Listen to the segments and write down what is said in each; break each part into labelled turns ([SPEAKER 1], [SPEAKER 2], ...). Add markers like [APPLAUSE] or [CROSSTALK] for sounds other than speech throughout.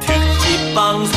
[SPEAKER 1] 특집 방송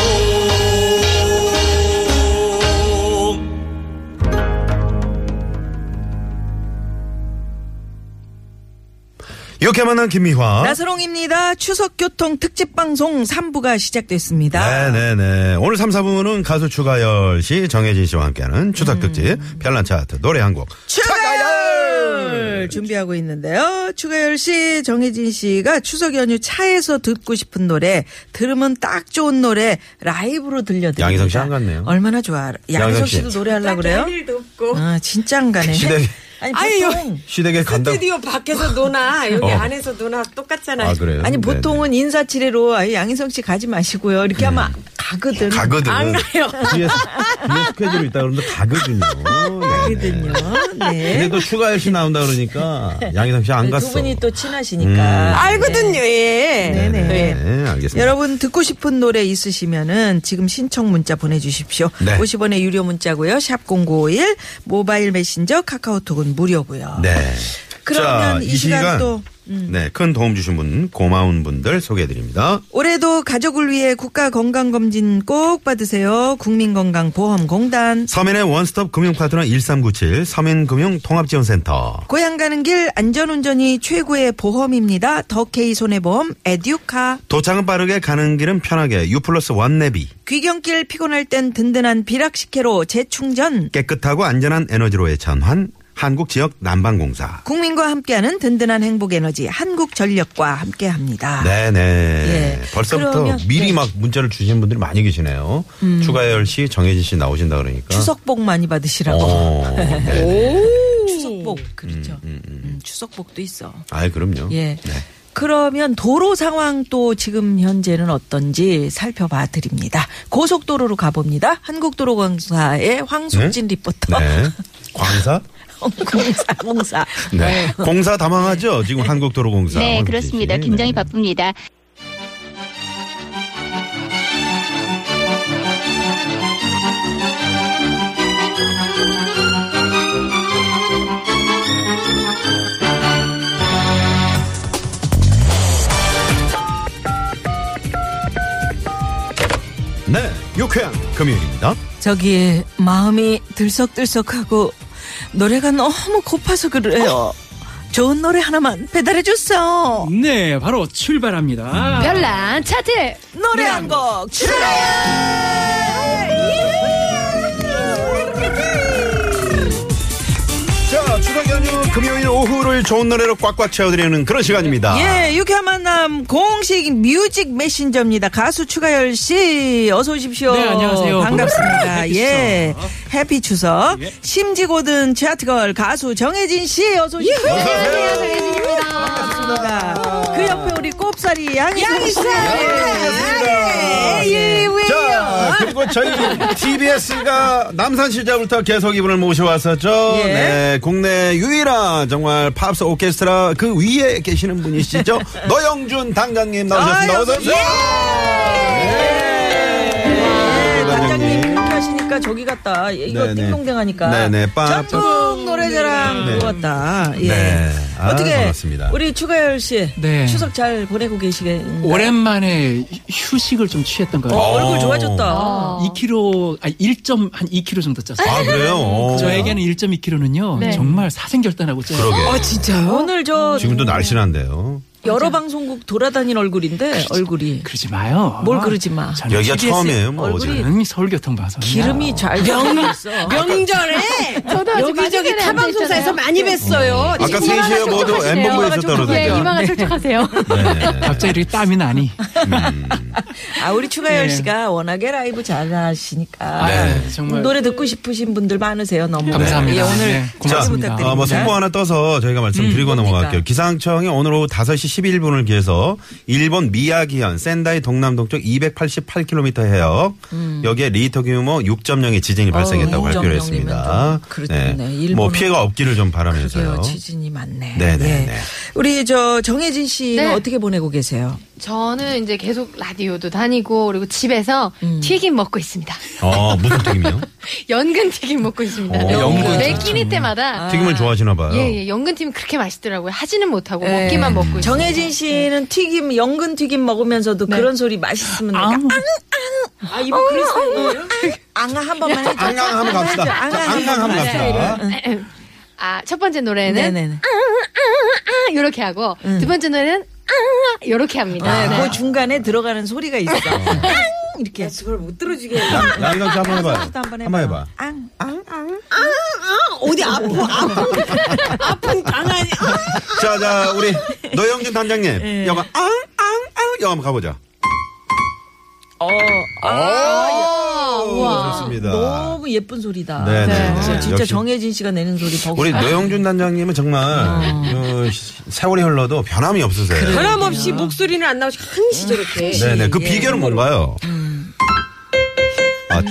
[SPEAKER 2] 이렇게 만난 김미화.
[SPEAKER 3] 나서롱입니다. 추석 교통 특집 방송 3부가 시작됐습니다.
[SPEAKER 2] 네네네. 오늘 3, 4부는 가수 추가열 씨, 정혜진 씨와 함께하는
[SPEAKER 3] 음.
[SPEAKER 2] 추석 특집 별난 차트 노래 한 곡.
[SPEAKER 3] 추가열 준비하고 있는데요. 추가열 씨, 정혜진 씨가 추석 연휴 차에서 듣고 싶은 노래, 들으면 딱 좋은 노래 라이브로 들려드립니다.
[SPEAKER 2] 양희성 씨안 갔네요.
[SPEAKER 3] 얼마나 좋아. 양희성
[SPEAKER 2] 양희성 씨.
[SPEAKER 3] 씨도 노래하려 그래요?
[SPEAKER 4] 일도 없고
[SPEAKER 3] 아, 진짜 안 가네.
[SPEAKER 2] 시댁에-
[SPEAKER 3] 아니
[SPEAKER 4] 아유,
[SPEAKER 3] 보통
[SPEAKER 2] 시댁에 간다.
[SPEAKER 4] 스튜디오 밖에서 노나 여기
[SPEAKER 2] 어.
[SPEAKER 4] 안에서 노나 똑같잖아요.
[SPEAKER 2] 아, 그래요?
[SPEAKER 3] 아니
[SPEAKER 2] 네네. 네.
[SPEAKER 3] 보통은 인사치레로 아예 양희성 씨 가지 마시고요. 이렇게 하면 가거든.
[SPEAKER 2] 가거든.
[SPEAKER 4] 안 가요.
[SPEAKER 2] 뒤에, 스- 뒤에 스케줄이 있다 그러는데 가거든요.
[SPEAKER 3] 거든요.
[SPEAKER 2] 가거든요. 근데
[SPEAKER 3] 네.
[SPEAKER 2] 또 추가열 씨 나온다 그러니까 양희성 씨 안 갔어. 음.
[SPEAKER 3] 두 분이 또 친하시니까.
[SPEAKER 4] 알거든요, 예.
[SPEAKER 2] 네네.
[SPEAKER 3] 네.
[SPEAKER 2] 네, 알겠습니다.
[SPEAKER 3] 여러분 듣고 싶은 노래 있으시면은 지금 신청 문자 보내주십시오.
[SPEAKER 2] 네.
[SPEAKER 3] 50원의 유료 문자고요. 샵 #0951 모바일 메신저 카카오톡은 무료고요.
[SPEAKER 2] 네.
[SPEAKER 3] 그러면 이 시간 또, 음.
[SPEAKER 2] 네, 큰 도움 주신 분, 고마운 분들 소개해드립니다.
[SPEAKER 3] 올해도 가족을 위해 국가 건강 검진 꼭 받으세요. 국민건강보험공단
[SPEAKER 2] 서민의 원스톱 금융 파트너 1397 서민금융통합지원센터.
[SPEAKER 3] 고향 가는 길 안전운전이 최고의 보험입니다. 더케이 손해보험 에듀카
[SPEAKER 2] 도착은 빠르게 가는 길은 편하게 U 플러스 원 내비
[SPEAKER 3] 귀경길 피곤할 땐 든든한 비락식혜로 재충전
[SPEAKER 2] 깨끗하고 안전한 에너지로의 전환 한국 지역 난방공사
[SPEAKER 3] 국민과 함께하는 든든한 행복 에너지 한국전력과 함께합니다.
[SPEAKER 2] 네네
[SPEAKER 3] 아, 예.
[SPEAKER 2] 벌써부터
[SPEAKER 3] 그러면-
[SPEAKER 2] 미리
[SPEAKER 3] 네. 음.
[SPEAKER 2] 막 문자를 주신 분들이 많이 계시네요 추가열 씨 정혜진 씨 나오신다 그러니까
[SPEAKER 3] 추석복 많이 받으시라고. [LAUGHS]
[SPEAKER 2] 어, 네네.
[SPEAKER 3] 추석복 그렇죠. 음, 추석복도 있어.
[SPEAKER 2] 아이 그럼요 네.
[SPEAKER 3] 예. 그러면 도로 상황 또 지금 현재는 어떤지 살펴봐 드립니다. 고속도로로 가봅니다. 한국도로공사의 황숙진 리포터.
[SPEAKER 2] 네 광사
[SPEAKER 3] [LAUGHS] 공사 공사.
[SPEAKER 2] 네 공사 다망하죠 지금 한국도로공사
[SPEAKER 5] 네,
[SPEAKER 2] 황수진 씨.
[SPEAKER 5] 그렇습니다. 굉장히 바쁩니다.
[SPEAKER 2] 네 유쾌한 금요일입니다
[SPEAKER 3] 저기 마음이 들썩들썩하고 노래가 너무 고파서 그래요. 좋은 노래 하나만 배달해 주세요.
[SPEAKER 6] 네, 바로 출발합니다.
[SPEAKER 7] 별난 차트
[SPEAKER 3] 노래 한 곡 출발!
[SPEAKER 2] 자 추석 연휴 금요일 오후를 좋은 노래로 꽉꽉 채워드리는 그런 시간입니다
[SPEAKER 3] 예, 유쾌한 만남 공식 뮤직 메신저입니다. 가수 추가열 씨, 어서 오십시오.
[SPEAKER 6] 네, 안녕하세요.
[SPEAKER 3] 반갑습니다.
[SPEAKER 6] 해피
[SPEAKER 3] 예,
[SPEAKER 6] 추석.
[SPEAKER 3] 해피 추석.
[SPEAKER 6] 예.
[SPEAKER 3] 심지고든 차트걸 가수 정혜진 씨, 어서 오십시오.
[SPEAKER 2] 예.
[SPEAKER 3] 예.
[SPEAKER 2] 안녕하세요,
[SPEAKER 3] 반갑습니다. 그 옆에 우리 꼽사리 양희선 씨.
[SPEAKER 2] 예.
[SPEAKER 3] 예, 예, 예.
[SPEAKER 2] 자, 그리고 저희 TBS가 남산 시절부터 계속 이분을 모셔왔었죠.
[SPEAKER 3] 예.
[SPEAKER 2] 네, 국내 유일한 정말 팝스 오케스트라 그 위에 계시는 분이시죠. 노영준 당장님 나오셨습니다.
[SPEAKER 3] 아유,
[SPEAKER 2] 어서 오세요.
[SPEAKER 3] 네,
[SPEAKER 2] 반장님.
[SPEAKER 3] 반장님 그렇게 하시니까 저기 갔다. 예, 이거
[SPEAKER 2] 네네.
[SPEAKER 3] 띵동댕 하니까.
[SPEAKER 2] 네네, 빠-
[SPEAKER 3] 전국 노래자랑
[SPEAKER 2] 네.
[SPEAKER 3] 그거 같다. 예.
[SPEAKER 2] 네. 아,
[SPEAKER 3] 어떻게
[SPEAKER 2] 반갑습니다.
[SPEAKER 3] 우리 추가열 씨
[SPEAKER 6] 네.
[SPEAKER 3] 추석 잘 보내고 계시겠
[SPEAKER 6] 오랜만에 휴식을 좀 취했던 것
[SPEAKER 3] 어,
[SPEAKER 6] 같아요.
[SPEAKER 3] 얼굴 좋아졌다.
[SPEAKER 6] 2kg, 아니 1점 한 2kg 정도 쪘어요.
[SPEAKER 2] 아, 그래요? 오.
[SPEAKER 6] 저에게는 1.2kg는요
[SPEAKER 7] 네.
[SPEAKER 6] 정말 사생결단하고 쪘어요.
[SPEAKER 2] 그러게.
[SPEAKER 3] 오늘 저
[SPEAKER 2] 아, 지금도 날씬한데요.
[SPEAKER 3] 여러 방송국 돌아다닌 얼굴인데 얼굴이
[SPEAKER 6] 그러지 마요.
[SPEAKER 3] 뭘 그러지 마.
[SPEAKER 6] 저는
[SPEAKER 2] 여기가
[SPEAKER 6] TBS
[SPEAKER 2] 처음이에요, 뭐
[SPEAKER 3] 얼굴이
[SPEAKER 2] 어제.
[SPEAKER 6] 저는 서울교통방송.
[SPEAKER 3] 기름이 잘 병이 있어.
[SPEAKER 4] [LAUGHS] 명절에
[SPEAKER 7] 저도 아직
[SPEAKER 4] 여기저기
[SPEAKER 7] 많이
[SPEAKER 4] 타방송사에서
[SPEAKER 7] 앉아있잖아요.
[SPEAKER 4] 많이 뵀어요.
[SPEAKER 2] 아까 3시에 모두 엠본부에 있었다
[SPEAKER 7] 네,
[SPEAKER 2] 그러던데.
[SPEAKER 7] 이마가 [LAUGHS] 철쭉하세요.
[SPEAKER 3] [LAUGHS]
[SPEAKER 2] 네.
[SPEAKER 6] 갑자기 이렇게 땀이 나니.
[SPEAKER 3] 아 우리 추가열
[SPEAKER 6] 네.
[SPEAKER 3] 씨가 워낙에 라이브 잘하시니까
[SPEAKER 6] 네, 정말.
[SPEAKER 3] 노래 듣고 싶으신 분들 많으세요. 너무
[SPEAKER 6] 감사합니다.
[SPEAKER 3] 예, 오늘
[SPEAKER 6] 네,
[SPEAKER 3] 잘
[SPEAKER 2] 어, 뭐
[SPEAKER 3] 부탁드립니다.
[SPEAKER 6] 고맙습니다.
[SPEAKER 3] 음, 그러니까.
[SPEAKER 2] 아, 뭐 속보 하나 떠서 저희가 말씀드리고 넘어갈게요. 기상청이 오늘 오후 5시 11분을 기해서 일본 미야기현 센다이 동남동쪽 288km 해역
[SPEAKER 3] 음.
[SPEAKER 2] 여기에 리히터 규모 6.0의 지진이 발생했다고 발표를
[SPEAKER 3] 6.0이면
[SPEAKER 2] 했습니다.
[SPEAKER 3] 어, 좀 그렇겠네.
[SPEAKER 2] 뭐
[SPEAKER 3] 일본은-
[SPEAKER 2] 피해가 없기를 좀 바라면서요.
[SPEAKER 3] 그러게요. 지진이 많네.
[SPEAKER 2] 네네네.
[SPEAKER 3] 예. 우리 저 정혜진 씨는
[SPEAKER 5] 네.
[SPEAKER 3] 어떻게 보내고 계세요?
[SPEAKER 5] 저는 이제 계속 라디오도 다니고 그리고 집에서 튀김 먹고 있습니다. [LAUGHS]
[SPEAKER 2] 어 무슨
[SPEAKER 3] [LAUGHS]
[SPEAKER 2] 튀김이요?
[SPEAKER 5] 연근 튀김 먹고 있습니다.
[SPEAKER 2] 어, 연근 어.
[SPEAKER 5] 매 끼니 때마다
[SPEAKER 2] 튀김을 좋아하시나 봐요.
[SPEAKER 5] 예예 연근 튀김 그렇게 맛있더라고요. 하지는 못하고
[SPEAKER 3] 예.
[SPEAKER 5] 먹기만 먹고 있어요.
[SPEAKER 3] 정혜진 씨는 튀김, 연근 튀김 먹으면서도
[SPEAKER 2] 네.
[SPEAKER 3] 그런 소리 맛있으면 내가 앙,
[SPEAKER 4] 아, 이분 그랬어요.
[SPEAKER 3] 앙아 한 번만 해줘.
[SPEAKER 2] 안강 한번 갑시다.
[SPEAKER 3] 앙아
[SPEAKER 2] 자,
[SPEAKER 3] 한
[SPEAKER 2] 안강 한번 갑시다.
[SPEAKER 5] 아첫 번째 노래는
[SPEAKER 3] 네네네.
[SPEAKER 5] 아 이렇게 하고 두 번째 노래는 아 이렇게 합니다.
[SPEAKER 2] 아.
[SPEAKER 5] 네.
[SPEAKER 3] 그 중간에 들어가는 소리가 있어. 앙! 이렇게.
[SPEAKER 4] 그걸 못 들어주게.
[SPEAKER 2] 양희경 씨 한번 해봐요.
[SPEAKER 3] 아, 한번 해봐.
[SPEAKER 2] 한번 해봐.
[SPEAKER 3] 앙, 앙,
[SPEAKER 4] 어디 아프, 아프, 아픈 강아지.
[SPEAKER 2] 자, 자, 우리 노영준 단장님. 영화 앙, 앙, 앙. 영화 한번 가보자. 어, 아,
[SPEAKER 5] 우와.
[SPEAKER 2] 좋습니다.
[SPEAKER 3] 너무 예쁜 소리다.
[SPEAKER 2] 네네네.
[SPEAKER 3] 어, 진짜
[SPEAKER 2] 역시.
[SPEAKER 3] 정혜진 씨가 내는 소리 보고
[SPEAKER 2] 우리 노영준 단장님은 정말 그 시- 세월이 흘러도 변함이 없으세요.
[SPEAKER 4] 변함없이 목소리는 안 나오시고 항시 저렇게.
[SPEAKER 2] 네네. 그
[SPEAKER 3] 예.
[SPEAKER 2] 비결은 뭔가요? 아,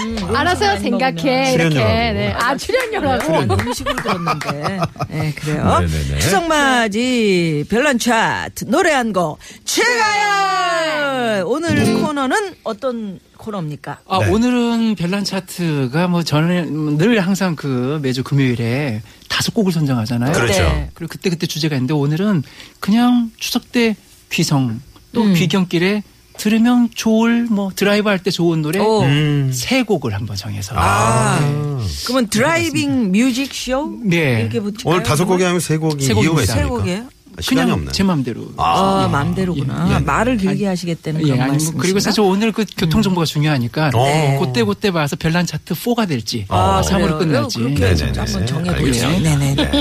[SPEAKER 5] 알아서 생각해 이렇게
[SPEAKER 2] 출연료라고.
[SPEAKER 5] 네. 아 출연료라고
[SPEAKER 3] 음식으로 어, 들었는데. 네, 그래요.
[SPEAKER 2] 네네네.
[SPEAKER 3] 추석맞이 별난 차트 노래 한 곡
[SPEAKER 4] 네.
[SPEAKER 3] 최가연 오늘 코너는 어떤 코너입니까?
[SPEAKER 6] 아,
[SPEAKER 2] 네.
[SPEAKER 6] 오늘은 별난 차트가 뭐 저는 늘 항상 그 매주 금요일에 다섯 곡을 선정하잖아요.
[SPEAKER 2] 그렇죠. 네.
[SPEAKER 6] 그리고 그때 그때 주제가 있는데 오늘은 그냥 추석 때 귀성 또
[SPEAKER 3] 음.
[SPEAKER 6] 귀경길에 들으면 좋을 뭐 드라이브 할 때 좋은
[SPEAKER 2] 음.
[SPEAKER 6] 노래
[SPEAKER 3] 오.
[SPEAKER 6] 세 곡을 한번 정해서
[SPEAKER 3] 아, 그러면 드라이빙 뮤직 쇼
[SPEAKER 6] 네.
[SPEAKER 3] 이렇게 붙일까요?
[SPEAKER 2] 오늘 다섯 곡이 하면 세 곡이
[SPEAKER 6] 세
[SPEAKER 2] 이유가
[SPEAKER 6] 곡입니다.
[SPEAKER 2] 있습니까?
[SPEAKER 3] 세 곡이에요?
[SPEAKER 2] 시간이
[SPEAKER 6] 그냥
[SPEAKER 2] 없네.
[SPEAKER 6] 제 마음대로
[SPEAKER 3] 아, 맘대로구나.
[SPEAKER 2] 예, 예.
[SPEAKER 3] 말을 길게 하시겠다는 그런
[SPEAKER 6] 아, 아니, 뭐
[SPEAKER 3] 말씀. 음.
[SPEAKER 6] 그리고 사실 오늘 그 교통 정보가 중요하니까
[SPEAKER 2] 네.
[SPEAKER 6] 그때 그때 봐서 별난 차트 4가 될지
[SPEAKER 2] 아,
[SPEAKER 6] 3으로 끝날지
[SPEAKER 3] 그렇게
[SPEAKER 2] 네네네.
[SPEAKER 3] 한번 정해보세요.
[SPEAKER 6] 알겠습니다.
[SPEAKER 3] 네네.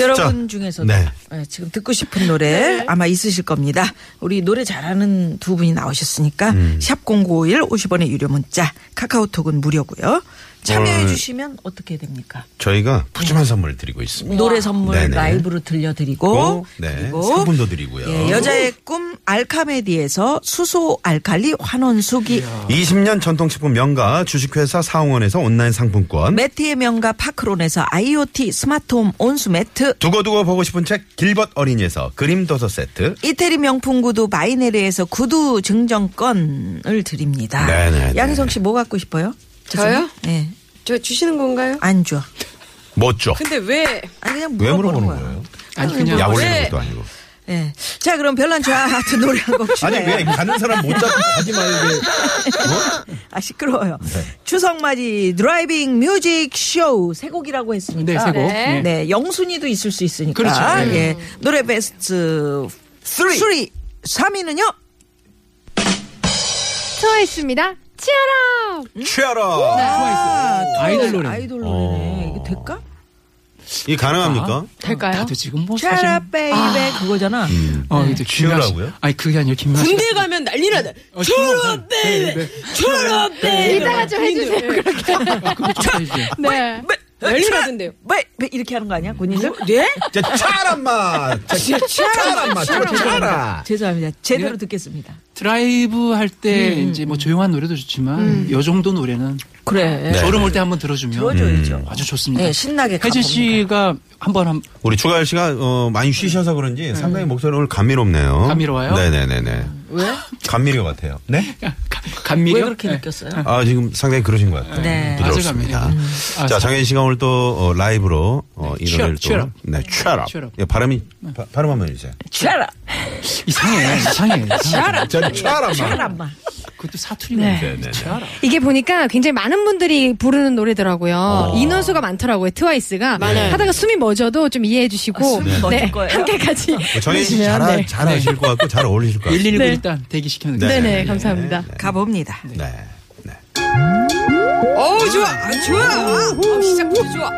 [SPEAKER 3] 여러분 중에서도
[SPEAKER 2] 네.
[SPEAKER 3] 예, 지금 듣고 싶은 노래 아마 있으실 겁니다. 우리 노래 잘하는 두 분이 나오셨으니까
[SPEAKER 2] 음.
[SPEAKER 3] 샵 #0951 50원의 유료 문자, 카카오톡은 무료고요. 참여해
[SPEAKER 2] 오늘-
[SPEAKER 3] 주시면 어떻게 됩니까?
[SPEAKER 2] 저희가 푸짐한 선물을 드리고 있습니다.
[SPEAKER 3] 노래 선물
[SPEAKER 2] 네네.
[SPEAKER 3] 라이브로 들려드리고
[SPEAKER 2] 네,
[SPEAKER 3] 그리고
[SPEAKER 2] 상품도 드리고요.
[SPEAKER 3] 예, 여자의 꿈 알카메디에서 수소 알칼리 환원수기
[SPEAKER 2] 20년 전통식품 명가 주식회사 사홍원에서 온라인 상품권.
[SPEAKER 3] 매트의 명가 파크론에서 IoT 스마트홈 온수 매트
[SPEAKER 2] 두고두고 보고 싶은 책 길벗 어린이에서 그림 도서 세트.
[SPEAKER 3] 이태리 명품 구두 바이네르에서 구두 증정권을 드립니다.
[SPEAKER 2] 네네네.
[SPEAKER 3] 양희성 씨 뭐 갖고 싶어요?
[SPEAKER 4] 저요?
[SPEAKER 3] 예. 네.
[SPEAKER 4] 저 주시는 건가요?
[SPEAKER 3] 안 줘.
[SPEAKER 2] 못 줘.
[SPEAKER 4] 근데 왜?
[SPEAKER 3] 아니 그냥
[SPEAKER 2] 왜 물어보는
[SPEAKER 3] 물어보는 거예요.
[SPEAKER 2] 거예요?
[SPEAKER 6] 아니 그냥
[SPEAKER 2] 약
[SPEAKER 4] 왜?
[SPEAKER 2] 올리는 것도 아니고.
[SPEAKER 3] 예. 자, 그럼 별난 좌하트 노래 한곡 추가요.
[SPEAKER 2] [LAUGHS] 아니 왜 가는 사람 못 잡고 가지 어? 말고
[SPEAKER 3] 아, 시끄러워요.
[SPEAKER 2] 네.
[SPEAKER 3] 추석맞이 드라이빙 뮤직 쇼 세 곡이라고 했으니까.
[SPEAKER 6] 네, 세 곡.
[SPEAKER 3] 네.
[SPEAKER 6] 네.
[SPEAKER 3] 영순이도 있을 수 있으니까.
[SPEAKER 6] 그렇죠. 네.
[SPEAKER 3] 예. 노래 베스트 3. 3, 3위는요?
[SPEAKER 5] 투어했습니다. 치아라
[SPEAKER 3] 네.
[SPEAKER 2] 취하라.
[SPEAKER 6] 뭐 아이돌 어. 노래
[SPEAKER 3] 그 아이돌 노래네. 이게 될까?
[SPEAKER 2] 이 가능합니까?
[SPEAKER 3] 아.
[SPEAKER 5] 될까요?
[SPEAKER 6] 나도 지금 뭐 사실
[SPEAKER 3] 차라 베이베 그거잖아.
[SPEAKER 6] 어
[SPEAKER 2] 네.
[SPEAKER 6] 이제 김연아 씨-
[SPEAKER 2] 치열하고요?
[SPEAKER 6] 아니 그게 아니라 김연아 씨
[SPEAKER 4] 군대 가면 난리 나다.
[SPEAKER 6] 어,
[SPEAKER 4] 졸업 베이베! 졸업
[SPEAKER 3] 네.
[SPEAKER 4] 베이베!
[SPEAKER 5] 네, 이따가 좀 해주세요. 그렇게.
[SPEAKER 6] 좀 해주세요.
[SPEAKER 5] 네.
[SPEAKER 4] 난리 나던데요.
[SPEAKER 3] 왜? 왜 이렇게 하는 거 아니야? 군인들?
[SPEAKER 4] 네?
[SPEAKER 2] 자, 차란마. 차란마. 차라.
[SPEAKER 3] [LAUGHS] 죄송합니다. 제대로
[SPEAKER 4] 네.
[SPEAKER 3] 듣겠습니다.
[SPEAKER 6] 드라이브 할 때
[SPEAKER 3] 음,
[SPEAKER 6] 이제 뭐 조용한 노래도 좋지만 요 정도 노래는
[SPEAKER 3] 그래.
[SPEAKER 6] 졸음 올때 한번 들어주면
[SPEAKER 3] 들어줘야죠.
[SPEAKER 6] 음, 아주 좋습니다.
[SPEAKER 3] 네, 신나게
[SPEAKER 6] 혜진
[SPEAKER 3] 가봅니다.
[SPEAKER 6] 씨가 한번 한
[SPEAKER 2] 우리 추가열 씨가 어, 많이 쉬셔서 그런지 상당히 목소리 오늘 감미롭네요.
[SPEAKER 6] 네. 감미로워요?
[SPEAKER 2] 네네네네.
[SPEAKER 3] 왜?
[SPEAKER 2] 감미료 같아요. 네?
[SPEAKER 6] 가- 감미력
[SPEAKER 3] 왜 그렇게
[SPEAKER 6] 네.
[SPEAKER 3] 느꼈어요?
[SPEAKER 2] 아 지금 상당히 그러신 것 같아요.
[SPEAKER 3] 네.
[SPEAKER 2] 부드럽습니다.
[SPEAKER 6] 아주 감미로워요. 아,
[SPEAKER 2] 자
[SPEAKER 6] 사-
[SPEAKER 2] 장현 씨가 오늘 또 어, 라이브로 어, 이
[SPEAKER 6] 취업,
[SPEAKER 2] 노래를 또
[SPEAKER 6] 취업.
[SPEAKER 2] 네, 취업.
[SPEAKER 6] 취업.
[SPEAKER 2] 예, 발음이
[SPEAKER 6] 네.
[SPEAKER 2] 바- 발음 한번 해주세요.
[SPEAKER 3] 차라. [LAUGHS]
[SPEAKER 6] 이상해 이상해. 이상해.
[SPEAKER 2] 저는 취업만.
[SPEAKER 3] 차라마.
[SPEAKER 6] 그것도 사투리네.
[SPEAKER 2] 네네.
[SPEAKER 5] [LAUGHS] 이게 보니까 굉장히 많은 분들이 부르는 노래더라고요. 인원수가 많더라고요. 트와이스가 하다가 숨이 멎어도 좀 이해해
[SPEAKER 3] 아,
[SPEAKER 5] 주시고 네,
[SPEAKER 3] 멎을 거예요? [LAUGHS]
[SPEAKER 5] 함께까지
[SPEAKER 2] 뭐 정현 씨
[SPEAKER 5] 해주시면,
[SPEAKER 2] 잘,
[SPEAKER 5] 네.
[SPEAKER 2] 잘 하실 것 같고 잘 어울리실 것 같아요.
[SPEAKER 6] 119
[SPEAKER 3] 네.
[SPEAKER 6] 일단 대기 시켜놓는
[SPEAKER 2] 네.
[SPEAKER 5] 네네
[SPEAKER 2] 네, 네.
[SPEAKER 5] 감사합니다.
[SPEAKER 3] 음. 가봅니다.
[SPEAKER 2] 네. 네.
[SPEAKER 4] 어우, 좋아. 아, 좋아. 어, 시작 아주 좋아.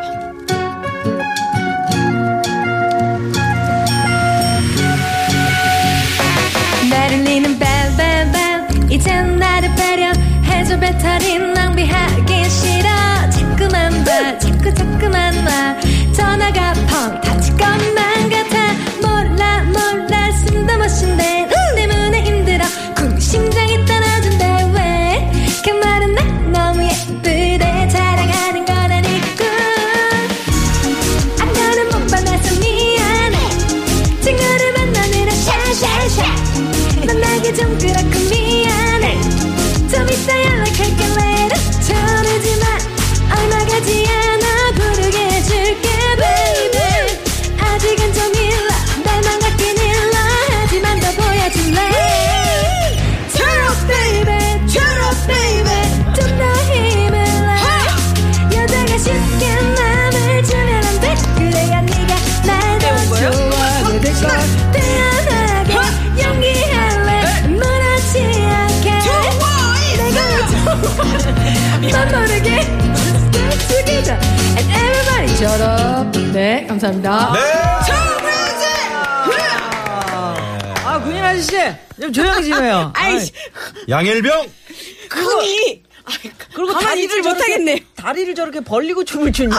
[SPEAKER 7] 나를 리는 벨벨벨 이젠 나를 버려 해줘 배터리 낭비하기 싫어 자꾸만 봐 자꾸 자꾸만 와 전화가 펑 닫힐 것만 같아 몰라 몰라 숨도 못 쉰다 그 좀 그렇고 미안해 좀 이따 연락할게 later 저르지 마 얼마 가지 않아 부르게 해줄게 baby 아직은 좀 일러 날만 같긴 일러 하지만 더 보여줄래 Turn up baby Turn up baby 좀 더 힘을 내 여자가 쉽게 마음을 주면 안돼 그래야 네가 날더 좋아하게 될걸 태연하게 연기할래 멀어지 않게 내가 넌 모르게 Let's get together And everybody shut up
[SPEAKER 5] 네,
[SPEAKER 6] 아.
[SPEAKER 5] 감사합니다.
[SPEAKER 3] 아, 군인 아저씨, 좀 조용히 좀 해요.
[SPEAKER 4] 아이씨,
[SPEAKER 2] 양일병
[SPEAKER 4] 흔히
[SPEAKER 3] 그리고
[SPEAKER 4] 가만히
[SPEAKER 3] 다리를 아,
[SPEAKER 4] 있질
[SPEAKER 3] 저렇게-
[SPEAKER 4] 못하겠네.
[SPEAKER 3] 다리를 저렇게 벌리고 춤을 추냐.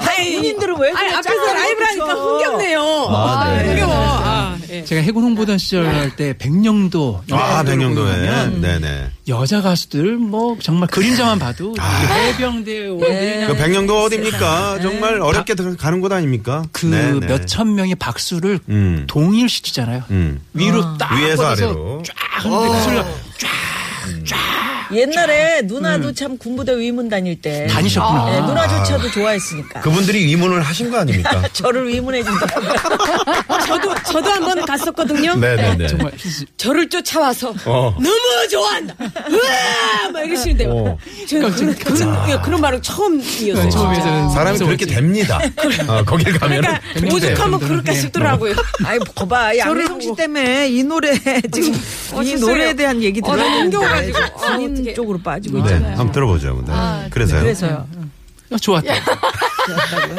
[SPEAKER 4] 아이,
[SPEAKER 3] 군인들은 왜
[SPEAKER 4] 아니,
[SPEAKER 3] 그래?
[SPEAKER 4] 앞에서 라이브를 하니까 흥겹네요.
[SPEAKER 2] 아,
[SPEAKER 4] 아,
[SPEAKER 2] 네.
[SPEAKER 4] 흥겨워. 아, 예.
[SPEAKER 6] 제가 해군 홍보단
[SPEAKER 3] 네.
[SPEAKER 6] 시절 할 때 백령도
[SPEAKER 2] 아,
[SPEAKER 6] 연예대학교를
[SPEAKER 2] 백령도에.
[SPEAKER 6] 보면
[SPEAKER 2] 네네.
[SPEAKER 6] 여자 가수들 뭐 정말 그림자만 봐도
[SPEAKER 2] 아.
[SPEAKER 6] 해병대
[SPEAKER 3] 네.
[SPEAKER 6] 네.
[SPEAKER 2] 그 백령도 어딥니까? 정말 어렵게 들어- 가는 곳 아닙니까?
[SPEAKER 6] 그
[SPEAKER 2] 네네.
[SPEAKER 6] 몇 천 명의 박수를
[SPEAKER 2] 음.
[SPEAKER 6] 동일시키잖아요.
[SPEAKER 2] 음.
[SPEAKER 6] 위로 딱
[SPEAKER 2] 위에서
[SPEAKER 6] 뻗어서
[SPEAKER 2] 아래로.
[SPEAKER 6] 쫙 하는데
[SPEAKER 7] 어.
[SPEAKER 6] 박수를
[SPEAKER 3] 옛날에 누나도 참 군부대 위문 다닐 때.
[SPEAKER 6] 다니셨구나.
[SPEAKER 3] 네, 누나조차도 좋아했으니까.
[SPEAKER 2] 아. 그분들이 위문을 하신 거
[SPEAKER 6] [LAUGHS]
[SPEAKER 2] 아닙니까?
[SPEAKER 3] 저를 위문해 준다고.
[SPEAKER 2] [LAUGHS]
[SPEAKER 4] 저도, 저도 한 번 갔었거든요.
[SPEAKER 2] 네네네.
[SPEAKER 6] 아, 정말
[SPEAKER 4] 저를 쫓아와서
[SPEAKER 2] 어.
[SPEAKER 4] 너무 좋아한다. 으아! 막 이러시는데요.
[SPEAKER 2] 어.
[SPEAKER 4] 저는 그런, 그런, 예, 그런 말은 처음이었어요. 진짜.
[SPEAKER 6] 처음에는
[SPEAKER 2] 아, 사람이 그렇게
[SPEAKER 6] [LAUGHS]
[SPEAKER 2] 됩니다. 어, 거길 가면.
[SPEAKER 4] 그러니까 오죽하면 그럴까
[SPEAKER 6] 네.
[SPEAKER 4] 싶더라고요.
[SPEAKER 3] 아이, 어, 거봐. 양희성 씨 때문에 이 [LAUGHS] 노래, 지금 이
[SPEAKER 4] 죄송해요.
[SPEAKER 3] 노래에 대한 얘기
[SPEAKER 4] 어, 너무
[SPEAKER 3] 들었는데.
[SPEAKER 4] 흥겨워가지고. 아,
[SPEAKER 3] 군인
[SPEAKER 4] 어떡해.
[SPEAKER 3] 쪽으로 빠지고
[SPEAKER 2] 네,
[SPEAKER 3] 있잖아요.
[SPEAKER 2] 한번 들어보죠. 네. 그래서요.
[SPEAKER 3] 그래서요.
[SPEAKER 6] 아, 좋았다.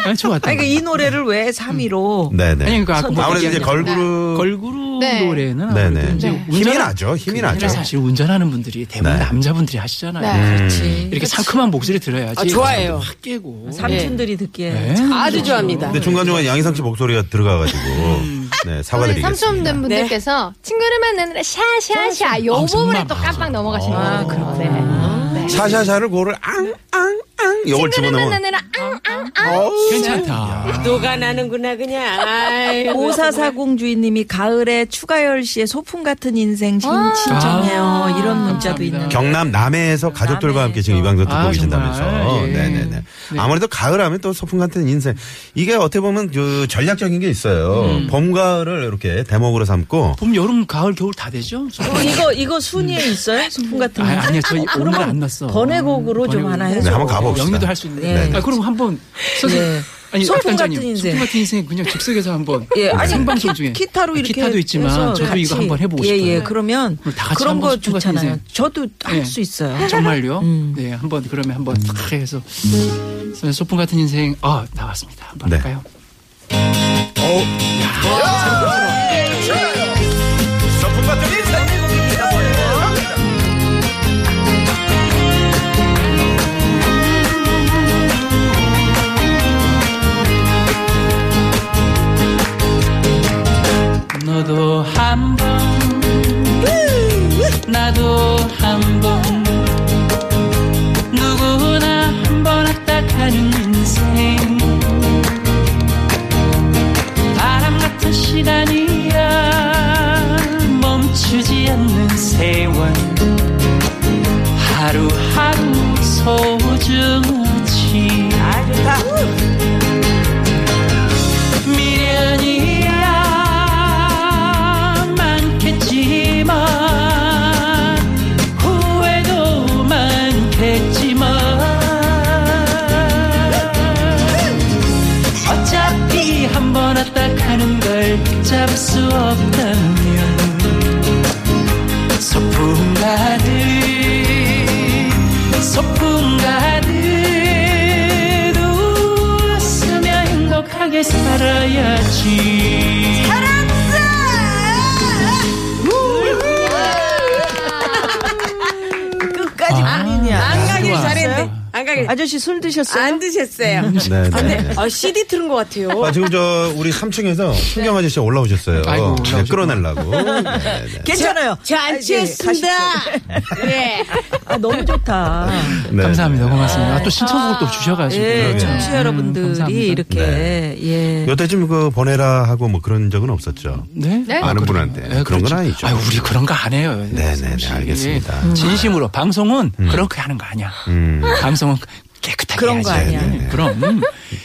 [SPEAKER 6] 아니, 좋았다.
[SPEAKER 3] 아니, 그러니까 이 노래를 왜 3위로.
[SPEAKER 2] 네네.
[SPEAKER 6] 아니, 그러니까 아까 뭐
[SPEAKER 2] 아무래도 이제
[SPEAKER 6] 얘기한
[SPEAKER 2] 걸그룹.
[SPEAKER 6] 걸그룹
[SPEAKER 5] 네.
[SPEAKER 6] 노래는
[SPEAKER 2] 네네.
[SPEAKER 6] 아무래도 이제
[SPEAKER 5] 네.
[SPEAKER 6] 운전하-
[SPEAKER 2] 힘이 나죠. 힘이 나죠.
[SPEAKER 6] 근데 사실 운전하는 분들이 대부분
[SPEAKER 2] 네.
[SPEAKER 6] 남자분들이 하시잖아요.
[SPEAKER 3] 네.
[SPEAKER 6] 음.
[SPEAKER 2] 그렇지.
[SPEAKER 6] 이렇게 상큼한 목소리 들어야지.
[SPEAKER 4] 아, 좋아해요.
[SPEAKER 6] 확 깨고.
[SPEAKER 3] 삼촌들이 듣기에.
[SPEAKER 6] 네.
[SPEAKER 4] 아주 좋아합니다.
[SPEAKER 2] 근데 음. 중간중간 양희상 씨 목소리가 들어가가지고.
[SPEAKER 6] 음.
[SPEAKER 2] 네,
[SPEAKER 7] 오늘 삼촌
[SPEAKER 2] 사과드리겠습니다.
[SPEAKER 7] 된 분들께서 네. 친구를 만나느라 샤샤샤 요
[SPEAKER 6] 아, 정말.
[SPEAKER 7] 부분을 또 깜빡 넘어가신 거예요.
[SPEAKER 3] 아, 그렇네.
[SPEAKER 2] 샤샤샤를 고를 앙앙앙
[SPEAKER 7] 친구를
[SPEAKER 2] 요걸 집어넣으면
[SPEAKER 7] 만나느라 앙앙
[SPEAKER 3] 아,
[SPEAKER 6] 괜찮다.
[SPEAKER 4] 노가 나는구나 그냥. 아이,
[SPEAKER 3] 5440 주인님이 가을에 추가열 씨의 소풍 같은 인생 신-
[SPEAKER 6] 아,
[SPEAKER 3] 신청해요. 이런 문자도 있는데.
[SPEAKER 2] 경남 남해에서 가족들과 함께 지금 이 방송 듣고
[SPEAKER 6] 아,
[SPEAKER 2] 계신다면서.
[SPEAKER 6] 정말. 예.
[SPEAKER 2] 네네네. 아무래도 가을하면 또 소풍 같은 인생. 이게 어떻게 보면 그 전략적인 게 있어요.
[SPEAKER 6] 음.
[SPEAKER 2] 봄 가을을 이렇게 대목으로 삼고.
[SPEAKER 6] 봄, 여름, 가을, 겨울 다 되죠?
[SPEAKER 3] 어, 이거 이거 순위에 있어요? 소풍
[SPEAKER 6] 아,
[SPEAKER 3] 같은 인생?
[SPEAKER 6] 아니요, 저 오늘 안 났어.
[SPEAKER 3] 번외곡으로 좀 하나 해줘.
[SPEAKER 2] 네, 한번 가봅시다.
[SPEAKER 6] 영리도 할 수 있는.
[SPEAKER 3] 네.
[SPEAKER 6] 아, 그럼 한번 선생
[SPEAKER 3] 네.
[SPEAKER 6] 아니
[SPEAKER 3] 소풍
[SPEAKER 6] 악단장님,
[SPEAKER 3] 같은 인생.
[SPEAKER 6] 소풍 같은 인생 그냥 즉석에서 한번
[SPEAKER 3] 예, 아니,
[SPEAKER 6] 생방송 중에
[SPEAKER 3] 기타로 이렇게
[SPEAKER 6] 기타도 있지만
[SPEAKER 3] 해서
[SPEAKER 6] 저도
[SPEAKER 3] 같이.
[SPEAKER 6] 이거 한번 해보고
[SPEAKER 3] 예,
[SPEAKER 6] 싶어요.
[SPEAKER 3] 예, 그러면
[SPEAKER 6] 그럼 다 같이
[SPEAKER 3] 그런
[SPEAKER 6] 한번
[SPEAKER 3] 거
[SPEAKER 6] 소풍 같은
[SPEAKER 3] 좋잖아요.
[SPEAKER 6] 인생.
[SPEAKER 3] 저도 할
[SPEAKER 6] 예.
[SPEAKER 3] 수 있어요. 음.
[SPEAKER 6] 정말요? 네, 한번 그러면 한번 탁 해서 선생님, 소풍 같은 인생 아 나왔습니다. 한번
[SPEAKER 2] 네.
[SPEAKER 6] 할까요?
[SPEAKER 2] 어, 소풍 같은 인생!
[SPEAKER 6] 너도 한번 나도 한번 누구나 한번 왔다 가는 인생 바람 같은 시간이야 멈추지 않는 세월 하루하루 소중하지 미련이야 많겠지만 후회도 많겠지만 어차피 한 번 왔다 가는 걸 잡을 수 없다면 소풍 가득 소풍 가득 웃으며 행복하게 살아야지
[SPEAKER 3] 끝까지
[SPEAKER 6] 아,
[SPEAKER 3] 뿐이냐.
[SPEAKER 4] 안 가길
[SPEAKER 6] 좋아.
[SPEAKER 4] 잘했네. 안 가겠어요.
[SPEAKER 3] 아저씨 술 드셨어요?
[SPEAKER 4] 안 드셨어요.
[SPEAKER 2] 네,
[SPEAKER 4] 안
[SPEAKER 2] 네.
[SPEAKER 4] 돼. 아, CD 틀은 것 같아요.
[SPEAKER 2] 아, 지금 저 우리 3층에서 순경 아저씨가 올라오셨어요.
[SPEAKER 6] 네. 아이고,
[SPEAKER 2] 네,
[SPEAKER 6] 올라오셨구나. [LAUGHS]
[SPEAKER 2] 끌어내려고. 네, 네.
[SPEAKER 3] 괜찮아요.
[SPEAKER 4] 저 안
[SPEAKER 3] 아, 이제
[SPEAKER 4] 취했습니다. 예.
[SPEAKER 3] 아, 너무 좋다.
[SPEAKER 2] 네,
[SPEAKER 6] 감사합니다. 고맙습니다. 아, 또 신청곡을 또 주셔가지고.
[SPEAKER 3] 예,
[SPEAKER 2] 그러게요.
[SPEAKER 3] 청취
[SPEAKER 6] 음,
[SPEAKER 3] 여러분들이
[SPEAKER 6] 감사합니다.
[SPEAKER 3] 이렇게
[SPEAKER 2] 네.
[SPEAKER 3] 예.
[SPEAKER 2] 여태 좀그 보내라 하고 뭐 그런 적은 없었죠.
[SPEAKER 6] 네?
[SPEAKER 2] 아는
[SPEAKER 6] 아,
[SPEAKER 2] 분한테.
[SPEAKER 6] 그래요? 네,
[SPEAKER 2] 그런 건 아니죠.
[SPEAKER 6] 아유, 우리 그런 거 안 해요.
[SPEAKER 2] 네, 네,
[SPEAKER 6] 혹시.
[SPEAKER 2] 네, 알겠습니다.
[SPEAKER 6] 진심으로 방송은 그렇게 하는 거 아니야.
[SPEAKER 2] 음.
[SPEAKER 6] 방송은 깨끗하게
[SPEAKER 3] 그런 거
[SPEAKER 6] 해야지.
[SPEAKER 3] 아니야.
[SPEAKER 6] 네, 네. 그럼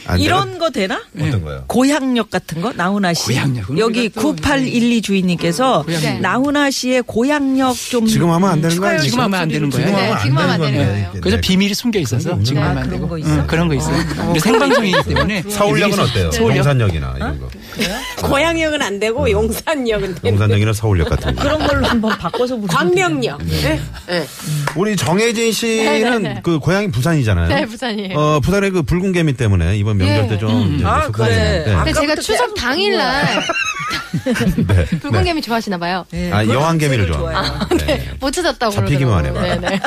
[SPEAKER 2] 아,
[SPEAKER 3] 이런 거 되나?
[SPEAKER 6] 네.
[SPEAKER 2] 내가 어떤 거요?
[SPEAKER 3] 고향역 같은 거 나훈아 씨
[SPEAKER 6] 고향역.
[SPEAKER 3] 여기 9812 주인님께서
[SPEAKER 6] 고향역.
[SPEAKER 3] 나훈아 씨의 고향역 좀
[SPEAKER 2] 지금 하면 안 되는 거
[SPEAKER 3] 추가열
[SPEAKER 2] 아니에요?
[SPEAKER 6] 음, 지금 하면 안 되는 거예요.
[SPEAKER 2] 지금
[SPEAKER 6] 네,
[SPEAKER 2] 하면
[SPEAKER 5] 지금 하면 안
[SPEAKER 2] 되는
[SPEAKER 5] 되는
[SPEAKER 2] 거예요. 네,
[SPEAKER 5] 거예요.
[SPEAKER 6] 그래서 비밀이 숨겨 있어서 지금
[SPEAKER 3] 아,
[SPEAKER 6] 하면 안
[SPEAKER 3] 그런
[SPEAKER 6] 되고. 음,
[SPEAKER 3] 거 있어?
[SPEAKER 6] 그런 거 있어요. 근데 생방송이기 때문에
[SPEAKER 2] 서울역은
[SPEAKER 6] 미리
[SPEAKER 2] 어때요?
[SPEAKER 6] 서울역?
[SPEAKER 2] 용산역이나 이런 거.
[SPEAKER 4] 고향역은 안 되고 용산역은 되고
[SPEAKER 2] 용산역이나 서울역 같은 거.
[SPEAKER 3] 그런 걸로 한번 바꿔서 부르면
[SPEAKER 4] 광명역. 예. 예.
[SPEAKER 2] [LAUGHS] 우리 정혜진 씨는 그 고향이 부산이잖아요.
[SPEAKER 5] 네, 부산이에요. 예. 음.
[SPEAKER 2] 어, 부산의 그 붉은 개미 때문에 이번 명절 때 좀. 이제
[SPEAKER 3] 아,
[SPEAKER 2] 속상해.
[SPEAKER 3] 그래.
[SPEAKER 2] 네.
[SPEAKER 3] 아,
[SPEAKER 5] 근데 제가
[SPEAKER 3] 아까부터
[SPEAKER 5] 추석
[SPEAKER 3] 계속
[SPEAKER 5] 당일날 [LAUGHS]
[SPEAKER 2] 네.
[SPEAKER 5] 붉은 개미 좋아하시나 봐요.
[SPEAKER 7] 네.
[SPEAKER 3] 되는데.
[SPEAKER 2] 아,
[SPEAKER 3] 그런
[SPEAKER 2] 여왕 개미를
[SPEAKER 3] 색을
[SPEAKER 2] 좋아해요.
[SPEAKER 3] 좋아해요.
[SPEAKER 2] 네. 네.
[SPEAKER 5] 못 찾았다고
[SPEAKER 2] 잡히기만
[SPEAKER 5] 그러더라고요.
[SPEAKER 2] 해봐.
[SPEAKER 5] 네네.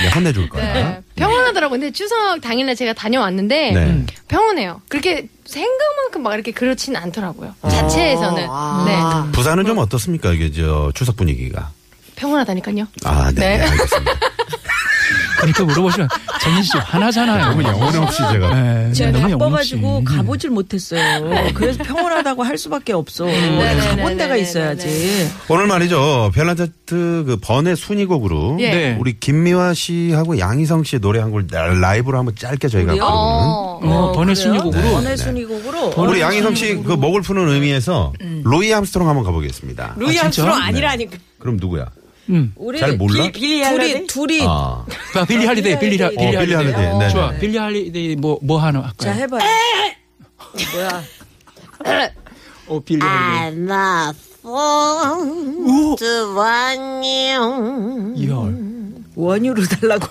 [SPEAKER 2] 네, 혼내줄 거야.
[SPEAKER 5] 네. 평온하더라고요. 근데 추석 당일날 제가 다녀왔는데 음,
[SPEAKER 2] 네.
[SPEAKER 5] 평온해요. 그렇게 생각만큼 막 이렇게 그렇진 않더라고요. 자체에서는. 네.
[SPEAKER 2] 부산은 좀 어떻습니까? 이게 저 추석 분위기가.
[SPEAKER 5] 평온하다니까요.
[SPEAKER 2] 아, 네.
[SPEAKER 5] 네.
[SPEAKER 2] 네, 알겠습니다.
[SPEAKER 5] [LAUGHS]
[SPEAKER 6] 그렇게 그러니까 물어보시면 정인 씨 화나잖아요.
[SPEAKER 2] 너무 영혼 없이 제가.
[SPEAKER 6] 네,
[SPEAKER 3] 제가
[SPEAKER 6] 너무
[SPEAKER 3] 바빠가지고
[SPEAKER 6] 영혼 없이.
[SPEAKER 3] 가보질 못했어요. 그래서 평온하다고 할 수밖에 없어. 가본 데가
[SPEAKER 5] 네네네네네.
[SPEAKER 3] 있어야지.
[SPEAKER 2] 오늘 말이죠. 별난 차트 그 번의 순위곡으로
[SPEAKER 5] 예.
[SPEAKER 6] 네.
[SPEAKER 2] 우리 김미화 씨하고 양희성 씨의 노래 한 곡을 라- 라이브로 한번 짧게 저희가
[SPEAKER 3] 우리요?
[SPEAKER 2] 부르는.
[SPEAKER 5] 어.
[SPEAKER 6] 어,
[SPEAKER 3] 그래요? 네.
[SPEAKER 6] 번외 순위곡으로
[SPEAKER 3] 번외 순위곡으로.
[SPEAKER 2] 우리 양희성 씨 그
[SPEAKER 3] 음.
[SPEAKER 2] 목을 푸는 의미에서
[SPEAKER 5] 음.
[SPEAKER 2] 로이 함스트롱 한번 가보겠습니다.
[SPEAKER 4] 루이
[SPEAKER 6] 아, 진짜?
[SPEAKER 4] 함수로 아니라니까.
[SPEAKER 2] 그럼 누구야?
[SPEAKER 6] 음.
[SPEAKER 3] 우리
[SPEAKER 2] 잘 몰라?
[SPEAKER 4] 빌- 빌리
[SPEAKER 3] 둘이
[SPEAKER 4] 할리데이?
[SPEAKER 3] 둘이
[SPEAKER 2] 아,
[SPEAKER 6] 아, 빌리 할리데이, 빌리 할리데이.
[SPEAKER 2] 어, 빌리 할리데이. 네.
[SPEAKER 6] 좋아.
[SPEAKER 2] 네.
[SPEAKER 6] 빌리 할리데이 뭐, 뭐 하나
[SPEAKER 3] 자
[SPEAKER 6] 할까요?
[SPEAKER 3] 해봐요. 뭐야?
[SPEAKER 6] 어, 빌리 할리데이.
[SPEAKER 8] I'm a fool to want you.
[SPEAKER 6] 이열.
[SPEAKER 3] 원유로 달라고.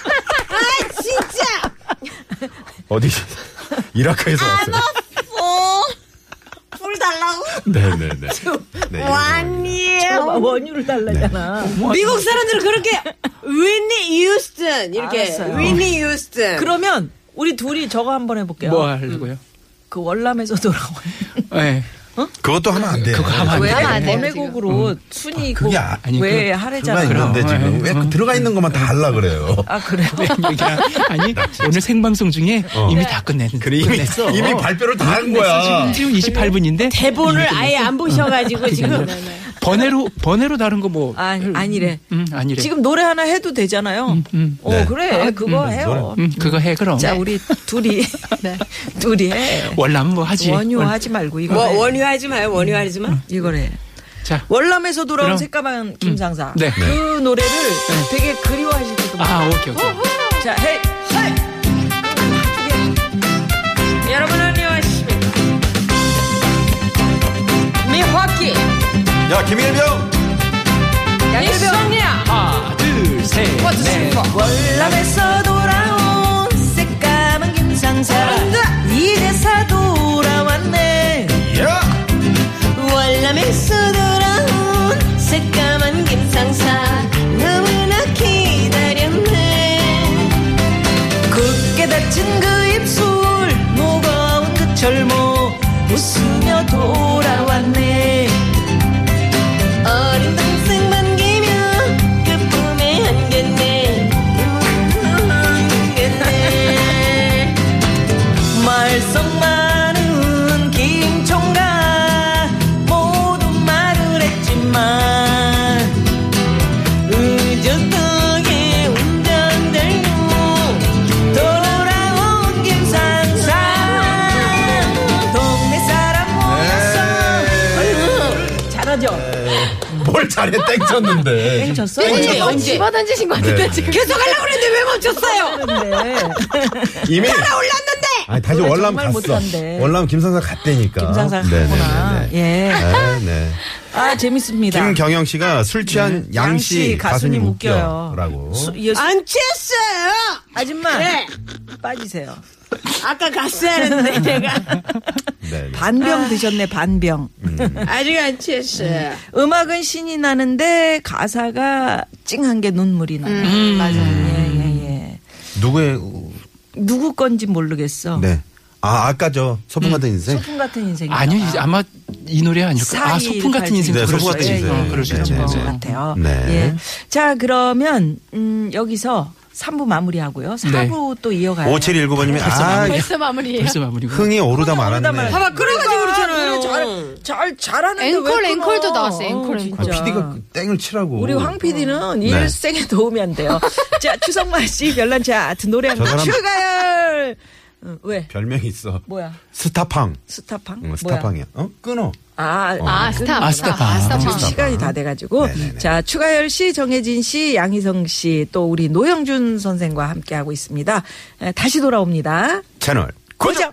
[SPEAKER 2] [LAUGHS] 어디 이라크에서 왔어요.
[SPEAKER 8] fool. 불 달라고?
[SPEAKER 2] [LAUGHS] 네네네. 네,
[SPEAKER 8] want you.
[SPEAKER 3] 뭐 원유를 달라잖아.
[SPEAKER 4] 미국 사람들은 그렇게 예, 윈니 유스턴 이렇게
[SPEAKER 3] 알았어요.
[SPEAKER 4] 윈니 유스턴.
[SPEAKER 3] 그러면 우리 둘이 저거 한번 해볼게요.
[SPEAKER 6] 뭐 하려고요?
[SPEAKER 3] 그 원람에서 돌아온
[SPEAKER 6] [LAUGHS] 네.
[SPEAKER 2] 그것도 하면 안 돼요.
[SPEAKER 6] 그거 하면 안
[SPEAKER 2] 네.
[SPEAKER 3] 왜
[SPEAKER 6] 돼요.
[SPEAKER 5] 하면 안 돼요,
[SPEAKER 3] 번외곡으로 뭐 순위 곡
[SPEAKER 2] 그게 아-
[SPEAKER 6] 아니,
[SPEAKER 3] 왜
[SPEAKER 6] 그-
[SPEAKER 2] 들어가
[SPEAKER 3] 하래잖아.
[SPEAKER 2] 있는데 지금 왜 그 들어가 있는 것만 다 할라 그래요.
[SPEAKER 3] 아 그래요?
[SPEAKER 6] 네, 얘기야. 아니, 오늘 생방송 중에 이미 다 끝냈,
[SPEAKER 2] 어. 그래 [LAUGHS] 이미
[SPEAKER 6] 끝냈어.
[SPEAKER 2] 이미 발표를 다 한 거야.
[SPEAKER 6] 지금, 지금 28분인데.
[SPEAKER 4] 대본을 아예 안 보셔가지고 지금
[SPEAKER 6] 네. 번외로, 번외로 다른 거 뭐.
[SPEAKER 3] 아 아니래.
[SPEAKER 6] 음, 아니래.
[SPEAKER 3] 지금 노래 하나 해도 되잖아요.
[SPEAKER 6] 음.
[SPEAKER 3] 어
[SPEAKER 2] 네.
[SPEAKER 3] 그래 그거 해요.
[SPEAKER 6] 음, 그거 해, 그럼.
[SPEAKER 3] 자 우리
[SPEAKER 6] [LAUGHS]
[SPEAKER 3] 둘이
[SPEAKER 6] 네.
[SPEAKER 3] 둘이 해.
[SPEAKER 6] 월남 뭐 하지.
[SPEAKER 3] 원유
[SPEAKER 6] 월-
[SPEAKER 3] 하지 말고 이거
[SPEAKER 4] 뭐
[SPEAKER 3] 해.
[SPEAKER 4] 원유하지 마요. 원유하지 마.
[SPEAKER 3] 이거래.
[SPEAKER 6] 자.
[SPEAKER 3] 월남에서 돌아온
[SPEAKER 6] 그럼-
[SPEAKER 3] 새까만 김상사.
[SPEAKER 6] 네.
[SPEAKER 3] 그 노래를 되게 그리워하실 때도
[SPEAKER 6] 아, 오케이, 오케이.
[SPEAKER 3] 어, 자, 헤이, 헤이!
[SPEAKER 4] 여러분 안녕하십니까. 미화기
[SPEAKER 2] 야 김일병.
[SPEAKER 4] 양일병이야.
[SPEAKER 6] 하나, 둘, 셋. 넷.
[SPEAKER 3] 월남에서 돌아온 새까만 김상사. 이제서 돌아왔네.
[SPEAKER 2] 야.
[SPEAKER 3] 월남에서 돌아온 새까만 김상사. 너무나 기다렸네. 굳게 닫힌 그 입술, 무거운 그 절모. 웃으며 돌아왔네.
[SPEAKER 8] 어린 동생 반기며 그 꿈에 안겼네. 안겼네.
[SPEAKER 3] 말썽 많은 김총각 모두 말을 했지만 의젓하게 운전들고 돌아온 김상사 동네 사람 모였어 잘하죠?
[SPEAKER 2] 네. 뭘 잘해 땡쳤는데.
[SPEAKER 3] 쳤어?
[SPEAKER 4] 언제 언제
[SPEAKER 5] 네. 집어던지신 것 같은데
[SPEAKER 2] 네.
[SPEAKER 5] 지금.
[SPEAKER 4] 계속 하려고 그랬는데 왜 멈췄어요?
[SPEAKER 2] 이미 따라올랐는데. 아니 다시
[SPEAKER 3] 노래
[SPEAKER 2] 월남
[SPEAKER 3] 정말
[SPEAKER 2] 갔어.
[SPEAKER 3] 못한데.
[SPEAKER 2] 월남 김상사 갔대니까.
[SPEAKER 3] 김상사
[SPEAKER 2] 어? 네네네네.
[SPEAKER 3] 갔구나
[SPEAKER 2] 네,
[SPEAKER 3] 예.
[SPEAKER 2] 네.
[SPEAKER 3] 아 재밌습니다
[SPEAKER 2] 김경영 씨가 술 취한 네. 양씨
[SPEAKER 3] 양씨
[SPEAKER 2] 가수님
[SPEAKER 3] 가수님
[SPEAKER 2] 웃겨요.
[SPEAKER 3] 웃겨요.
[SPEAKER 2] 라고. 네,
[SPEAKER 3] 수- 예,
[SPEAKER 6] 아,
[SPEAKER 3] 수-
[SPEAKER 4] 안 취했어요.
[SPEAKER 3] 아줌마
[SPEAKER 4] 네.
[SPEAKER 3] 빠지세요
[SPEAKER 4] 아까 갔어야 했는데 제가
[SPEAKER 2] 네. 네.
[SPEAKER 6] 아.
[SPEAKER 3] 반병 드셨네 반병
[SPEAKER 4] 아직 안 취했어요.
[SPEAKER 3] 음악은
[SPEAKER 6] 음.
[SPEAKER 3] 신이 나는데 가사가 찡한 게 눈물이 나요. 맞아요. 음. 예, 예, 예.
[SPEAKER 2] 누구의
[SPEAKER 3] 누구 건지 모르겠어.
[SPEAKER 2] 네. 아 아까 저 소풍 같은 인생.
[SPEAKER 3] 소풍 같은 인생이다.
[SPEAKER 6] 아니요, 이제 아마 이 노래 아닐까. 아, 소풍 같은 인생.
[SPEAKER 2] 네,
[SPEAKER 6] 그럴
[SPEAKER 2] 소풍
[SPEAKER 6] 수
[SPEAKER 2] 같은
[SPEAKER 6] 있죠.
[SPEAKER 2] 인생.
[SPEAKER 6] 어, 그럴 수
[SPEAKER 2] 네,
[SPEAKER 6] 있죠.
[SPEAKER 2] 네,
[SPEAKER 3] 것
[SPEAKER 2] 네.
[SPEAKER 3] 같아요.
[SPEAKER 2] 네.
[SPEAKER 3] 예. 자 그러면 음, 여기서 3부 마무리하고요.
[SPEAKER 6] 네.
[SPEAKER 3] 4부 또 이어가요.
[SPEAKER 2] 5719번님이 아
[SPEAKER 5] 벌써 마무리예요.
[SPEAKER 6] 벌써 마무리.
[SPEAKER 2] 흥이 오르다 말았네.
[SPEAKER 4] 봐봐, 그래가지고 그렇잖아요.
[SPEAKER 3] 잘, 잘 잘하는데
[SPEAKER 5] 앵콜,
[SPEAKER 3] 왜 끊어?
[SPEAKER 5] 앵콜도 나왔어요,
[SPEAKER 3] 어,
[SPEAKER 5] 앵콜,
[SPEAKER 2] 아,
[SPEAKER 5] 앵콜.
[SPEAKER 3] 진짜.
[SPEAKER 2] PD가 땡을 치라고.
[SPEAKER 3] 우리 황 PD는
[SPEAKER 2] 네.
[SPEAKER 3] 일생에 도움이 안
[SPEAKER 5] [LAUGHS]
[SPEAKER 3] 돼요. 자 추성만 씨 별난 차트 노래
[SPEAKER 2] 저
[SPEAKER 3] 한번
[SPEAKER 2] 사람-
[SPEAKER 3] 추가열. 응, 왜?
[SPEAKER 2] 별명이 있어.
[SPEAKER 3] 뭐야?
[SPEAKER 2] 스타팡.
[SPEAKER 3] 스타팡?
[SPEAKER 2] 응,
[SPEAKER 3] 뭐야?
[SPEAKER 2] 스타팡이야. 어? 끊어. 네,
[SPEAKER 3] 아,
[SPEAKER 5] 아, 스탑.
[SPEAKER 6] 아,
[SPEAKER 5] 스탑.
[SPEAKER 6] 스탑.
[SPEAKER 5] 아,
[SPEAKER 6] 아,
[SPEAKER 5] 스탑.
[SPEAKER 3] 지금 시간이 다 돼가지고 자 추가열 씨, 정혜진 씨, 양희성 씨 또 우리 노영준 선생과 함께 하고 있습니다. 에, 다시 돌아옵니다.
[SPEAKER 2] 채널.
[SPEAKER 3] 고정.